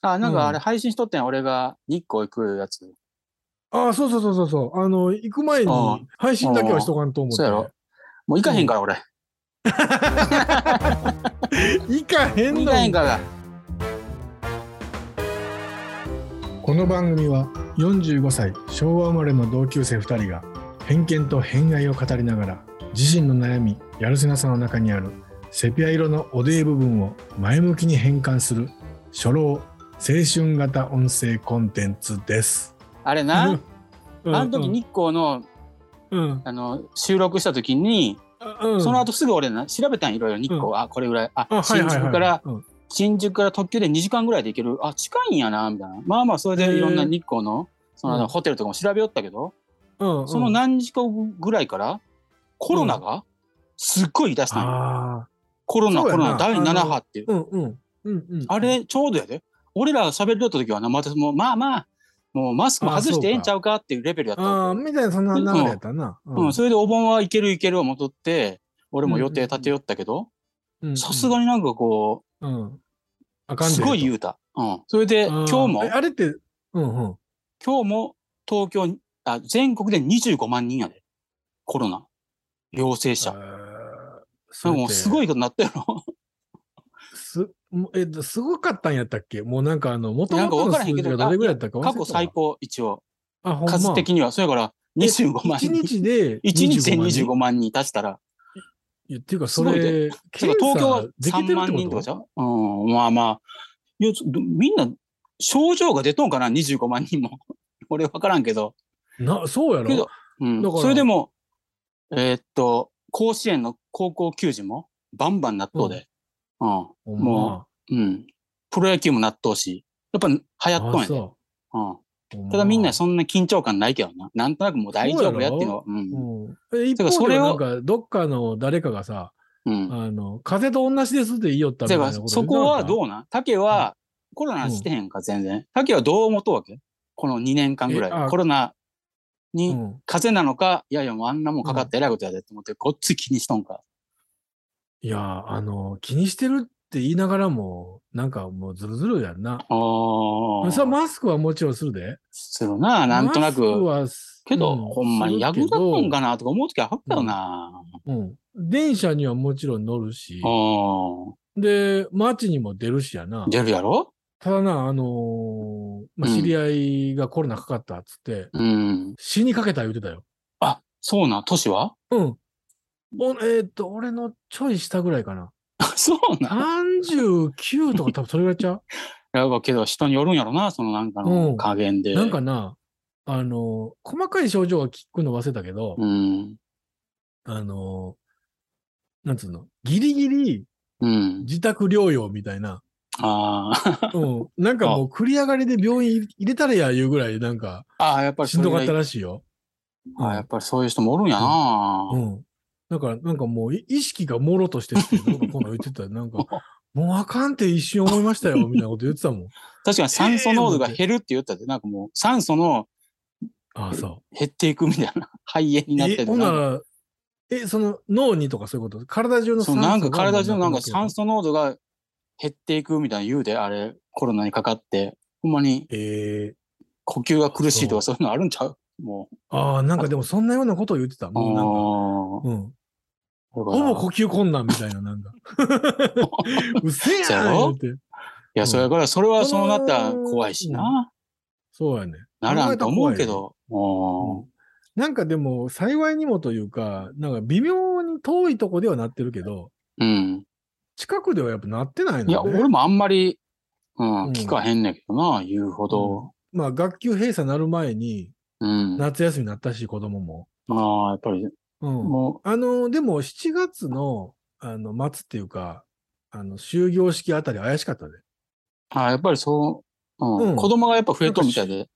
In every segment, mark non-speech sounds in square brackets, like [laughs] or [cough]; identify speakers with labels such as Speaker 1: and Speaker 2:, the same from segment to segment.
Speaker 1: あ、なん
Speaker 2: う
Speaker 1: か
Speaker 2: ん
Speaker 1: あれ配信しとってん、俺が日光行くやつ。
Speaker 2: ああ、そうそうそうそうそう。あの、行く前に
Speaker 1: あ
Speaker 2: 配信だけはしとかんと思って。
Speaker 1: そうやろもう行かへんから、俺。
Speaker 2: 行かへんの
Speaker 1: 行かへんから。
Speaker 2: この番組は45歳昭和生まれの同級生2人が偏見と偏愛を語りながら自身の悩みやるせなさの中にあるセピア色のおでい部分を前向きに変換する初老青春型音声コンテンツです。
Speaker 1: あれな、
Speaker 2: うんうん
Speaker 1: あの時、日光の
Speaker 2: うん
Speaker 1: あの収録した時に、
Speaker 2: うん、
Speaker 1: その後すぐ俺な、調べたん、いろいろ日光、あ、これぐらい。あ、
Speaker 2: あはい
Speaker 1: 新
Speaker 2: はいはい
Speaker 1: 宿から、
Speaker 2: うん
Speaker 1: 新宿から特急で2時間ぐらいで行ける。あ、近いんやな、みたいな。まあまあ、それ
Speaker 2: へ
Speaker 1: で
Speaker 2: ー
Speaker 1: いろんな日光の、その、
Speaker 2: うん
Speaker 1: ホテルとかも調べよったけど、
Speaker 2: うんうん
Speaker 1: その何日かぐらいから、コロナがすっごい言い出したんよ
Speaker 2: あ
Speaker 1: コロナ、
Speaker 2: そ
Speaker 1: コ
Speaker 2: うや
Speaker 1: ロ
Speaker 2: な
Speaker 1: ナ、第7波っていう
Speaker 2: ー。うんうんうんうん
Speaker 1: あれ、ちょうどやで。俺ら喋りよった時はな、またもう、まあまあ、もうマスク外してええんちゃうかっていうレベルやった
Speaker 2: あ
Speaker 1: わ
Speaker 2: ー
Speaker 1: け。
Speaker 2: みたいなそんな流れやったな。
Speaker 1: うん、それでお盆はいけるいけるを戻って、俺も予定立てよったけど、さすがになんかこ
Speaker 2: うんあ
Speaker 1: う、
Speaker 2: かんです
Speaker 1: ごい言うた。うん。それで、
Speaker 2: あ
Speaker 1: 今
Speaker 2: ー
Speaker 1: 日も、
Speaker 2: えあれって、うんうん。
Speaker 1: 今日も東京に、あ、全国で25万人やで。コロナ。陽性者。
Speaker 2: え
Speaker 1: もうすご
Speaker 2: い。
Speaker 1: いことになったやろ。
Speaker 2: す、もえっと、すごかったんやったっけもうなんかあの、もと
Speaker 1: な
Speaker 2: も
Speaker 1: んか分か
Speaker 2: との
Speaker 1: らへ
Speaker 2: 数
Speaker 1: んけ
Speaker 2: 字
Speaker 1: ど
Speaker 2: がどれぐらいやったか忘
Speaker 1: 過
Speaker 2: れた
Speaker 1: 去最高、一応。
Speaker 2: あ、ほんま。
Speaker 1: 数的には。それから、25万
Speaker 2: 1
Speaker 1: 人。
Speaker 2: 日
Speaker 1: 1
Speaker 2: で
Speaker 1: 日で
Speaker 2: 25
Speaker 1: 25
Speaker 2: 万
Speaker 1: 万人足したら、
Speaker 2: 人。いやっていうか、
Speaker 1: す
Speaker 2: そ
Speaker 1: ごいね
Speaker 2: れ、
Speaker 1: そうか東京は
Speaker 2: できて
Speaker 1: 3
Speaker 2: るっ
Speaker 1: 万
Speaker 2: て
Speaker 1: 人と
Speaker 2: こ
Speaker 1: かじ
Speaker 2: と
Speaker 1: ゃんうん、まあまあ。いや、ちょどみんな、症状が出とんかな ?25 万人も。 [laughs] 俺分からんけど。
Speaker 2: な、そうや
Speaker 1: け
Speaker 2: ろ
Speaker 1: ど。うん
Speaker 2: だか。ら
Speaker 1: それでも、えーっと、甲子園の高校球児も、バンバン納豆で。うん。
Speaker 2: ほん
Speaker 1: もうん。プロ野球も納豆し。やっぱ流行っとん
Speaker 2: あ
Speaker 1: やで。
Speaker 2: そ
Speaker 1: うん。
Speaker 2: うほま
Speaker 1: ただみんなそんな緊張感ないけどな。なんとなくもう大丈夫やっていうのは。うん。
Speaker 2: うん。え一
Speaker 1: てかそ
Speaker 2: 方で
Speaker 1: れを
Speaker 2: なんか、どっかの誰かがさ、
Speaker 1: うん。
Speaker 2: あの、風邪と同じですって言いよったみた
Speaker 1: だ
Speaker 2: い
Speaker 1: か
Speaker 2: な
Speaker 1: ら
Speaker 2: こと
Speaker 1: そこは
Speaker 2: う
Speaker 1: どうなん竹はコロナしてへんか、全然。竹はどう思っとうわけこの2年間ぐ
Speaker 2: え
Speaker 1: ら
Speaker 2: あ
Speaker 1: い。コロナ
Speaker 2: う
Speaker 1: に
Speaker 2: ん
Speaker 1: 風邪なのか、いやいやもうあんなもんかかってえらいことやでって思って、こっち気にしとんか。
Speaker 2: いやー、あの、気にしてるって言いながらも、なんかもうずるずるやんな。
Speaker 1: ああ。
Speaker 2: さマスクはもちろんするで。
Speaker 1: するな、なんとな
Speaker 2: マスク
Speaker 1: く。
Speaker 2: はす
Speaker 1: けど、
Speaker 2: う
Speaker 1: ほんまに役立っとんか
Speaker 2: な、
Speaker 1: なとか思うときはあったよな。
Speaker 2: うん。電車にはもちろん乗るし
Speaker 1: あ、ー
Speaker 2: で、街にも出るしやな。
Speaker 1: 出るやろ
Speaker 2: ただな、あのーまあ、
Speaker 1: うん
Speaker 2: 知り合いがコロナかかったっつって、
Speaker 1: うん。
Speaker 2: 死にかけた言うてたよ。
Speaker 1: あ、そうなん、年は [laughs]
Speaker 2: うん。おえーっと、俺のちょい下ぐらいかな。
Speaker 1: そうなん。
Speaker 2: 39とか多分それぐらいちゃう
Speaker 1: やばいけど、人によるんやろな、そのなんか
Speaker 2: うん
Speaker 1: の加減で。
Speaker 2: なんかな、あの、細かい症状は聞くの忘れたけど、
Speaker 1: うん。
Speaker 2: あの、なんつうの、ギリギリ
Speaker 1: うん。
Speaker 2: 自宅療養みた
Speaker 1: [laughs]
Speaker 2: いな、
Speaker 1: ああ。
Speaker 2: うん、なんかもう繰り上がりで病院入れたれやいうぐらいなんか
Speaker 1: ああ、やっぱり
Speaker 2: し
Speaker 1: そ
Speaker 2: ん
Speaker 1: れぐ
Speaker 2: どからっ
Speaker 1: い
Speaker 2: たらしいよ。
Speaker 1: ああ、やっぱりそういう人もおるんやな。
Speaker 2: うん。だからなんかもうい意識がもろとしてって、なんかこんなん言ってた
Speaker 1: [laughs]
Speaker 2: らなんか、もうあかんって一瞬思いましたよ、みたいなこと言ってたもん。
Speaker 1: 確かに酸素濃度が
Speaker 2: ええ
Speaker 1: 減るって言ったって、なんかもう酸素の
Speaker 2: ああ、そ
Speaker 1: 減っていくみたいな、肺炎に
Speaker 2: う。
Speaker 1: なって
Speaker 2: え、
Speaker 1: て
Speaker 2: ほんな、
Speaker 1: なんから
Speaker 2: え、その脳にとかそういうこと体中の
Speaker 1: そ
Speaker 2: 酸
Speaker 1: う
Speaker 2: 素が
Speaker 1: なんか体中のなんか
Speaker 2: もうなくなっ
Speaker 1: 酸
Speaker 2: て
Speaker 1: 素濃度が減っていくみたいな言うで、あれ、コロナにかかって、ほんまに
Speaker 2: ええ
Speaker 1: 呼吸が苦しいとかそういうのあるんちゃうもう。
Speaker 2: ああ、なんかでもそんなようなことを言ってた。もうなんか、うん。ほぼ
Speaker 1: ああ。
Speaker 2: 呼吸困難みたい
Speaker 1: [laughs]
Speaker 2: な、なんか。うっせえ
Speaker 1: そ
Speaker 2: や
Speaker 1: や
Speaker 2: ん
Speaker 1: ろ
Speaker 2: 言うて
Speaker 1: いや、それから、それはそうなったら
Speaker 2: うん
Speaker 1: 怖いしな。
Speaker 2: そうやね。
Speaker 1: ならんと思うけ
Speaker 2: 考
Speaker 1: ど。うん
Speaker 2: なんかでも、幸いにもというか、なんか微妙に遠いとこではなってるけど、
Speaker 1: うん。
Speaker 2: 近くではやっぱなってないの、
Speaker 1: い
Speaker 2: ね、
Speaker 1: や、俺もあんまり、うん
Speaker 2: うん、
Speaker 1: 聞かへんねんけどな、言うほど。
Speaker 2: まあ、学級閉鎖なる前に、
Speaker 1: うん。
Speaker 2: 夏休みになったし、子供も。
Speaker 1: ああ、やっぱり、
Speaker 2: うん。
Speaker 1: も
Speaker 2: あの、でも、7月の、あの、末っていうか、あの、終業式あたり怪しかったね。
Speaker 1: う、ああ、やっぱりそう、うん
Speaker 2: うん
Speaker 1: 子供がやっぱ増えとるみたいで。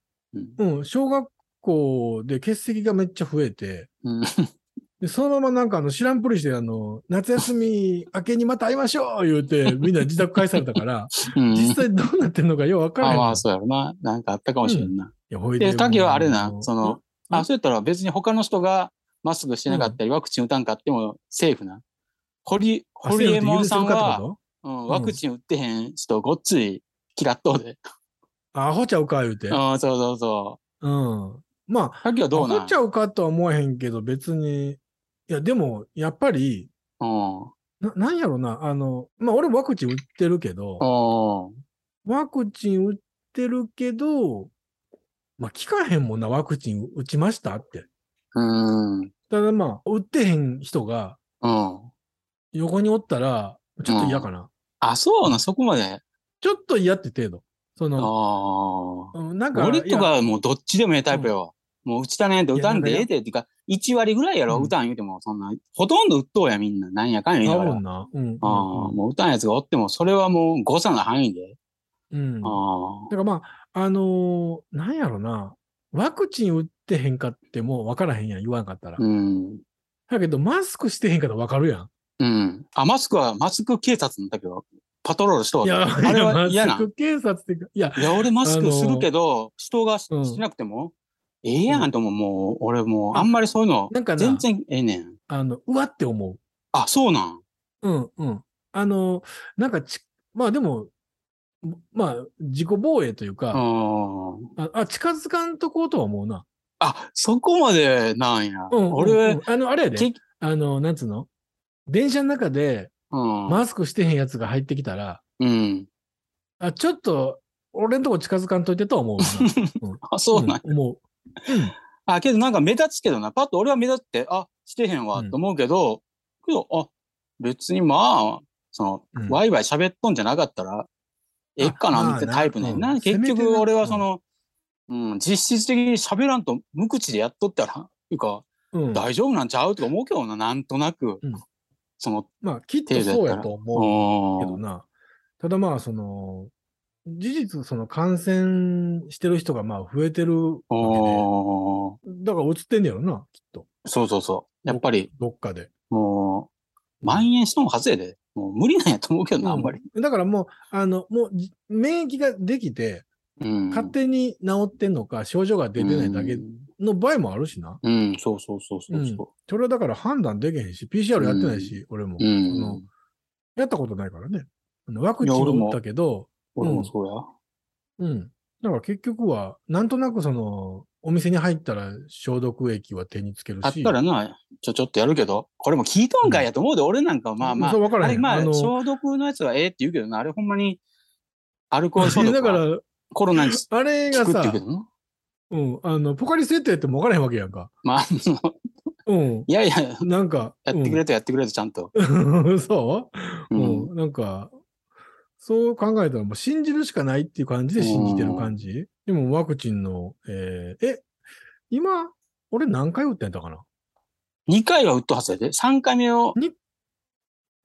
Speaker 1: うん
Speaker 2: うん、小学校で欠席がめっちゃ増えて、
Speaker 1: うん
Speaker 2: で、そのままなんかあの、知らんぷりして、あの、夏休み明けにまた会いましょう言う [laughs] て、みんな自宅帰されたから、
Speaker 1: うん
Speaker 2: 実際どうなってんのかようわから
Speaker 1: あ
Speaker 2: [laughs] へ
Speaker 1: あ
Speaker 2: ん
Speaker 1: ま
Speaker 2: の。
Speaker 1: あ、そうやろな。なんかあったかもしれんな。
Speaker 2: いやほい
Speaker 1: で、竹はあれな
Speaker 2: も、う
Speaker 1: その、
Speaker 2: うん
Speaker 1: あそうやったら別に他の人がマスクしてなかったり、ワクチン打たんかってもセーフな。堀、
Speaker 2: あ
Speaker 1: 堀エモ門さん
Speaker 2: セーフって許せるかって
Speaker 1: は、
Speaker 2: こ
Speaker 1: うん、ワクチン打ってへん人、ごっついキラッとで。
Speaker 2: アホちゃうか言うて。
Speaker 1: ああ、そうそうそ
Speaker 2: うん。まあ
Speaker 1: う。、さっきはどう
Speaker 2: ア
Speaker 1: な
Speaker 2: ホ
Speaker 1: ん
Speaker 2: ちゃうかとは思えへんけど、別に。いや、でも、やっぱり、
Speaker 1: うん。
Speaker 2: ななんやろな、あの、まあ、俺ワクチン打ってるけど、
Speaker 1: うん。
Speaker 2: ワクチン打ってるけど、まあ、聞かへんもんな、ワクチン打ちましたって。
Speaker 1: うん。うん。
Speaker 2: ただまあ、打ってへん人が横におったら、ちょっと嫌かな。
Speaker 1: あ、そうな、そこまで。あ
Speaker 2: ちょっと嫌って程度。そ
Speaker 1: あ
Speaker 2: の、
Speaker 1: ー。
Speaker 2: うんなんか、
Speaker 1: 俺
Speaker 2: い
Speaker 1: と
Speaker 2: や
Speaker 1: かはもうどっちでもええタイプよ。もう打ちたねんて、
Speaker 2: いや
Speaker 1: 打たんでええでっていうか、1割ぐらいやろ、
Speaker 2: うん
Speaker 1: 打たん言うても、そんな、ほとんど打っとうや、みんな。なんやかんや言い
Speaker 2: 多
Speaker 1: ながら
Speaker 2: 分。な。うん。うん
Speaker 1: ああ、もう打たんやつがおっても、それはもう誤差の範囲で。
Speaker 2: うん。うん
Speaker 1: ああ。
Speaker 2: だからまあ、あのーなんやろな、ワクチン打ってへんかってもう分からへんやん、言わんかったら。
Speaker 1: うん。
Speaker 2: だけど、マスクしてへんかったら分かるやん。
Speaker 1: うん。あ、マスクは、マスク警察の時は、パトロールしとう
Speaker 2: い
Speaker 1: い
Speaker 2: や、
Speaker 1: あれは嫌
Speaker 2: マ
Speaker 1: な
Speaker 2: スク警察っていうか、いや、
Speaker 1: や、俺マス
Speaker 2: あの
Speaker 1: クするけど、人がし
Speaker 2: うん
Speaker 1: しなくても、ええやんとも、もう、俺もう、あんまりそういうの、
Speaker 2: なんかな
Speaker 1: 全然ええねん。
Speaker 2: あの、うわって思
Speaker 1: あ、そうなん。
Speaker 2: う。うん、うん。あのーなんかち、まあでも、まあ、自己防衛という
Speaker 1: う
Speaker 2: か、
Speaker 1: ん。
Speaker 2: ああ、近づかんとこうとは思うな。
Speaker 1: あ、そこまでなんや。
Speaker 2: うん、うん
Speaker 1: 俺
Speaker 2: う
Speaker 1: は
Speaker 2: ん、あの、あれやで
Speaker 1: け、
Speaker 2: あの、なんつうの電車の中で、
Speaker 1: うん。
Speaker 2: マスクしてへんやつが入ってきたら、
Speaker 1: うん。
Speaker 2: あ、ちょっと、俺んとこ近づかんといてとは思うな。
Speaker 1: あ、 [laughs] そうなん。
Speaker 2: うん思う。うん
Speaker 1: あ、けどなんか目立つけどな。パッと俺は目立って、あ、してへんわ、と思うけど、けど、あ、別にまあ、その、
Speaker 2: うん
Speaker 1: ワイワイ喋っとんじゃなかったら、えっか
Speaker 2: あ
Speaker 1: な、
Speaker 2: まあ
Speaker 1: って
Speaker 2: な
Speaker 1: タイプねんな。
Speaker 2: うん
Speaker 1: 結
Speaker 2: せめて
Speaker 1: 局
Speaker 2: な
Speaker 1: 俺はその、うん、実質的に喋らんと無口でやっとったら、いうか、
Speaker 2: うん
Speaker 1: 大丈夫なんちゃうとか思うけどな、なんとなく。
Speaker 2: うん
Speaker 1: その、
Speaker 2: まあ、きっとそうやと思うけど
Speaker 1: う
Speaker 2: な。ただまあ、その、事実、その感染してる人がまあ増えてる
Speaker 1: ん。
Speaker 2: わ
Speaker 1: おー
Speaker 2: けで、だから映ってんねやろな、きっと。
Speaker 1: そうそうそう。やっぱり、
Speaker 2: どっかで。
Speaker 1: もう、蔓延しとんはずやで。もう無理なんやと思うけどな、あんまり。
Speaker 2: うんだからもう、あの、もうじ、免疫ができて、
Speaker 1: うん。
Speaker 2: 勝手に治ってんのか、症状が出てないだけ
Speaker 1: うん
Speaker 2: の場合もあるしな。
Speaker 1: うん、そうそうそうそうそ
Speaker 2: それはだから判断できへんし、PCR やってないし、俺も、
Speaker 1: う。うん。
Speaker 2: そのやったことないからね。あのワクチン
Speaker 1: いや俺
Speaker 2: を
Speaker 1: も
Speaker 2: 打ったけど、
Speaker 1: 俺もそうや。
Speaker 2: うん。だから結局は、なんとなくその、お店に入ったら消毒液は手につけるし。
Speaker 1: あったらな、ちょ、ちょっとやるけど、これも聞いとんかいやと思うで、俺なんかはまあまあ
Speaker 2: そう、、わから
Speaker 1: あ
Speaker 2: へ
Speaker 1: れ
Speaker 2: ん。
Speaker 1: まあ、
Speaker 2: の、
Speaker 1: 消毒のやつはええって言うけどな、あれほんまに、アルコール消毒
Speaker 2: [laughs] だか
Speaker 1: は
Speaker 2: ら、
Speaker 1: コロナに効
Speaker 2: あれが
Speaker 1: くって言
Speaker 2: さ
Speaker 1: うけ、どな。
Speaker 2: うん、あの、ポカリスエットやってもわからへんわけやんか。
Speaker 1: まあ、 [laughs] その
Speaker 2: うん。
Speaker 1: いやいや、
Speaker 2: なんか、
Speaker 1: やってくれとやってくれとちゃんと。
Speaker 2: うん [laughs] そう、
Speaker 1: う
Speaker 2: う
Speaker 1: ん。
Speaker 2: ん、なんか、そう考えたら、もう信じるしかないっていう感じで信じてる感じ。でもワクチンの、えーえ、今、俺何回打ってんだかな
Speaker 1: 2回は打っとはずやで、3回目を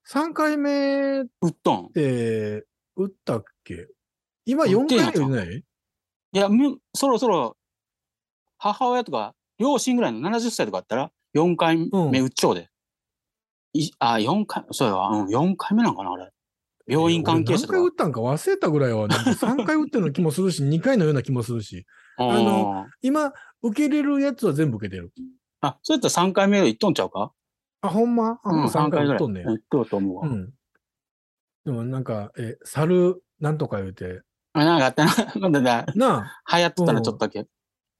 Speaker 2: ?3 回目っ
Speaker 1: 打っとん。
Speaker 2: て打ったっけ今
Speaker 1: 打っ
Speaker 2: 4
Speaker 1: てん
Speaker 2: 回
Speaker 1: や
Speaker 2: 目打ってない
Speaker 1: いや、むそろそろ、母親とか、両親ぐらいの70歳とかあったら、4回目打っちょうで。いあ、四回、そうやわ、うん、4回目なんかな、あれ。病院関係者と
Speaker 2: 俺何回打
Speaker 1: か。
Speaker 2: ったんか忘れたぐらいは、なんか3回打ってるの気も
Speaker 1: [laughs]
Speaker 2: するし、2回のような気もするし、
Speaker 1: うん
Speaker 2: あの今、受けれるやつは全部受けてる。
Speaker 1: あ、そうやったら3回目行っとんちゃうか
Speaker 2: あ、ほんまあ、
Speaker 1: うん、
Speaker 2: 3
Speaker 1: 3
Speaker 2: 回
Speaker 1: 回ぐ
Speaker 2: 打っ
Speaker 1: らい。
Speaker 2: とんねや
Speaker 1: 行っとると思う
Speaker 2: う
Speaker 1: わ。
Speaker 2: ん。でもなんか、え、猿、なんとか言うて、
Speaker 1: あなんかあったな、 [laughs] なんだな、
Speaker 2: な
Speaker 1: 流行っとった
Speaker 2: う
Speaker 1: な、
Speaker 2: ん
Speaker 1: ちょっとだけ。
Speaker 2: あ、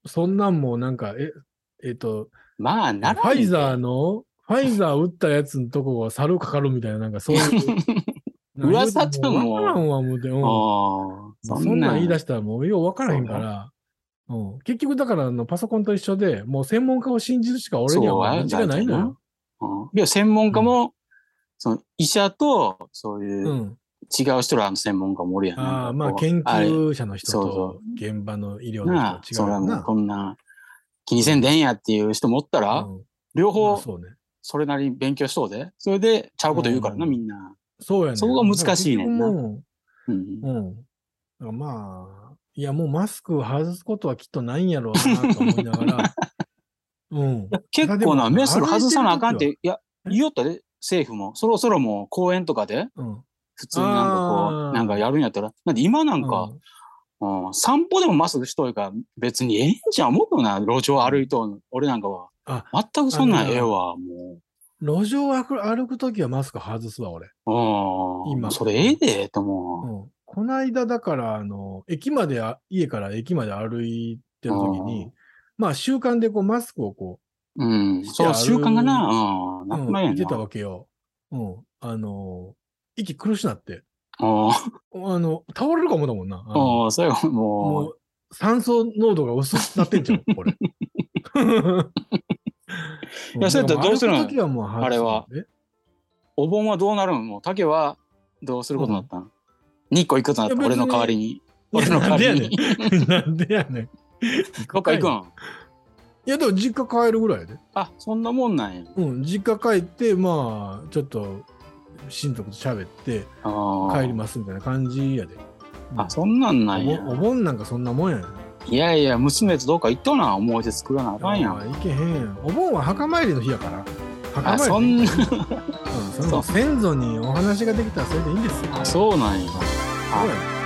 Speaker 2: そんなんもなんか、え、えっと、
Speaker 1: まあ、
Speaker 2: フ
Speaker 1: なら
Speaker 2: ァイザー
Speaker 1: ー
Speaker 2: の、ファイザー打ったやつのとこは猿かかるみたいな、なんかそういう。
Speaker 1: [laughs] 噂っちゃうのも
Speaker 2: わからんわ、もうて。うん
Speaker 1: ああ、
Speaker 2: そんなん言い出
Speaker 1: し
Speaker 2: したらもうよう分からへんから。うん、結局だからあのパソコンと一緒で、もう専門家を信じるしか俺にはもう道がないのよ。。
Speaker 1: うん。でも専門家も、その医者と、そういう、
Speaker 2: うん、
Speaker 1: 違う人らの専門家もおるやん。なん
Speaker 2: あ
Speaker 1: か
Speaker 2: あまあ
Speaker 1: こう
Speaker 2: 研
Speaker 1: あれ
Speaker 2: 究者の人
Speaker 1: そう
Speaker 2: と
Speaker 1: そ
Speaker 2: 現場の医療
Speaker 1: な
Speaker 2: の
Speaker 1: あ、
Speaker 2: 人
Speaker 1: そ
Speaker 2: は違
Speaker 1: ら
Speaker 2: うよ
Speaker 1: もう
Speaker 2: な。
Speaker 1: こんな気にせんでええんやっていう人もおったら、
Speaker 2: うん
Speaker 1: 両
Speaker 2: まあ
Speaker 1: 方
Speaker 2: そうね。
Speaker 1: それなりに勉強しそうで、それでちゃうこと言うからな、
Speaker 2: うん
Speaker 1: みんな。
Speaker 2: そうやねん。
Speaker 1: そこが難しいねんな
Speaker 2: だから結
Speaker 1: うん
Speaker 2: 局。もううん。だからまあ、いやもうマスク外すことはきっとないんやろうなと思いな
Speaker 1: [laughs]
Speaker 2: がら。うん。
Speaker 1: 結構な、メス外さなあかんっ
Speaker 2: 歩
Speaker 1: て、いや、言いよったで、政府も。そろそろもう公園とかで、
Speaker 2: うん。
Speaker 1: 普通になんかこ
Speaker 2: あー
Speaker 1: う、なんかやるんやったら、なんで今なん
Speaker 2: う
Speaker 1: か、
Speaker 2: ん
Speaker 1: うん散歩でもマスクしといから別にええんじゃん思うけどな、路上歩いとん、俺なんかは
Speaker 2: あ。
Speaker 1: 全くそんなんええわ、も
Speaker 2: 路上を歩く歩くときはマスク外すわ、俺。
Speaker 1: う。うん。
Speaker 2: 今
Speaker 1: それええで、と思う。
Speaker 2: うん。この間だから、あの、駅まであ、家から駅まで歩いてる時に、まあ習慣でこうマスクをこ
Speaker 1: うん。そう、
Speaker 2: して
Speaker 1: 習
Speaker 2: 歩い
Speaker 1: 慣がな、うん。
Speaker 2: う、
Speaker 1: な
Speaker 2: う
Speaker 1: く
Speaker 2: ん、
Speaker 1: なるや
Speaker 2: 行
Speaker 1: ん
Speaker 2: ってた
Speaker 1: な。
Speaker 2: わけよ。うん。あの、息苦しなって。
Speaker 1: おー
Speaker 2: あの、倒れるかもだもんな。あの
Speaker 1: おー、それはも
Speaker 2: も
Speaker 1: う、
Speaker 2: う酸素濃度が薄くなってんじゃ
Speaker 1: [laughs]
Speaker 2: ん、これ。い
Speaker 1: やそれやったらどうするん
Speaker 2: はもう
Speaker 1: あれは。お盆はどうなるんもう、竹はどうすることになったん日光行くことになった
Speaker 2: いや
Speaker 1: 俺
Speaker 2: 別に
Speaker 1: の代わりに。
Speaker 2: い
Speaker 1: 俺
Speaker 2: や
Speaker 1: の
Speaker 2: なんで
Speaker 1: 代わ
Speaker 2: や
Speaker 1: り
Speaker 2: ね
Speaker 1: に。
Speaker 2: ん。 [laughs] なんでやねん。
Speaker 1: どっか行くん
Speaker 2: いや、でも実家帰るぐらいやで。
Speaker 1: あ、そんなもんなんや。
Speaker 2: うん、実家帰って、まあ、ちょっと親族と喋って帰
Speaker 1: 帰
Speaker 2: りますみたいな感じやで。
Speaker 1: あ、そんなんなんや
Speaker 2: お。盆お盆なんかそんなもんやねん。
Speaker 1: いやいや、娘とどうか行っとうな、思い出作らなあかんや
Speaker 2: あ
Speaker 1: ん。
Speaker 2: いけへんやん。お盆は墓参りの日やから。
Speaker 1: あ、
Speaker 2: 墓
Speaker 1: そ
Speaker 2: 参り
Speaker 1: ん
Speaker 2: の
Speaker 1: な
Speaker 2: 日。、うんそ
Speaker 1: そう
Speaker 2: の先祖にお話ができたらそれでいいんですよ。
Speaker 1: あ、そうなんや。
Speaker 2: そうやねん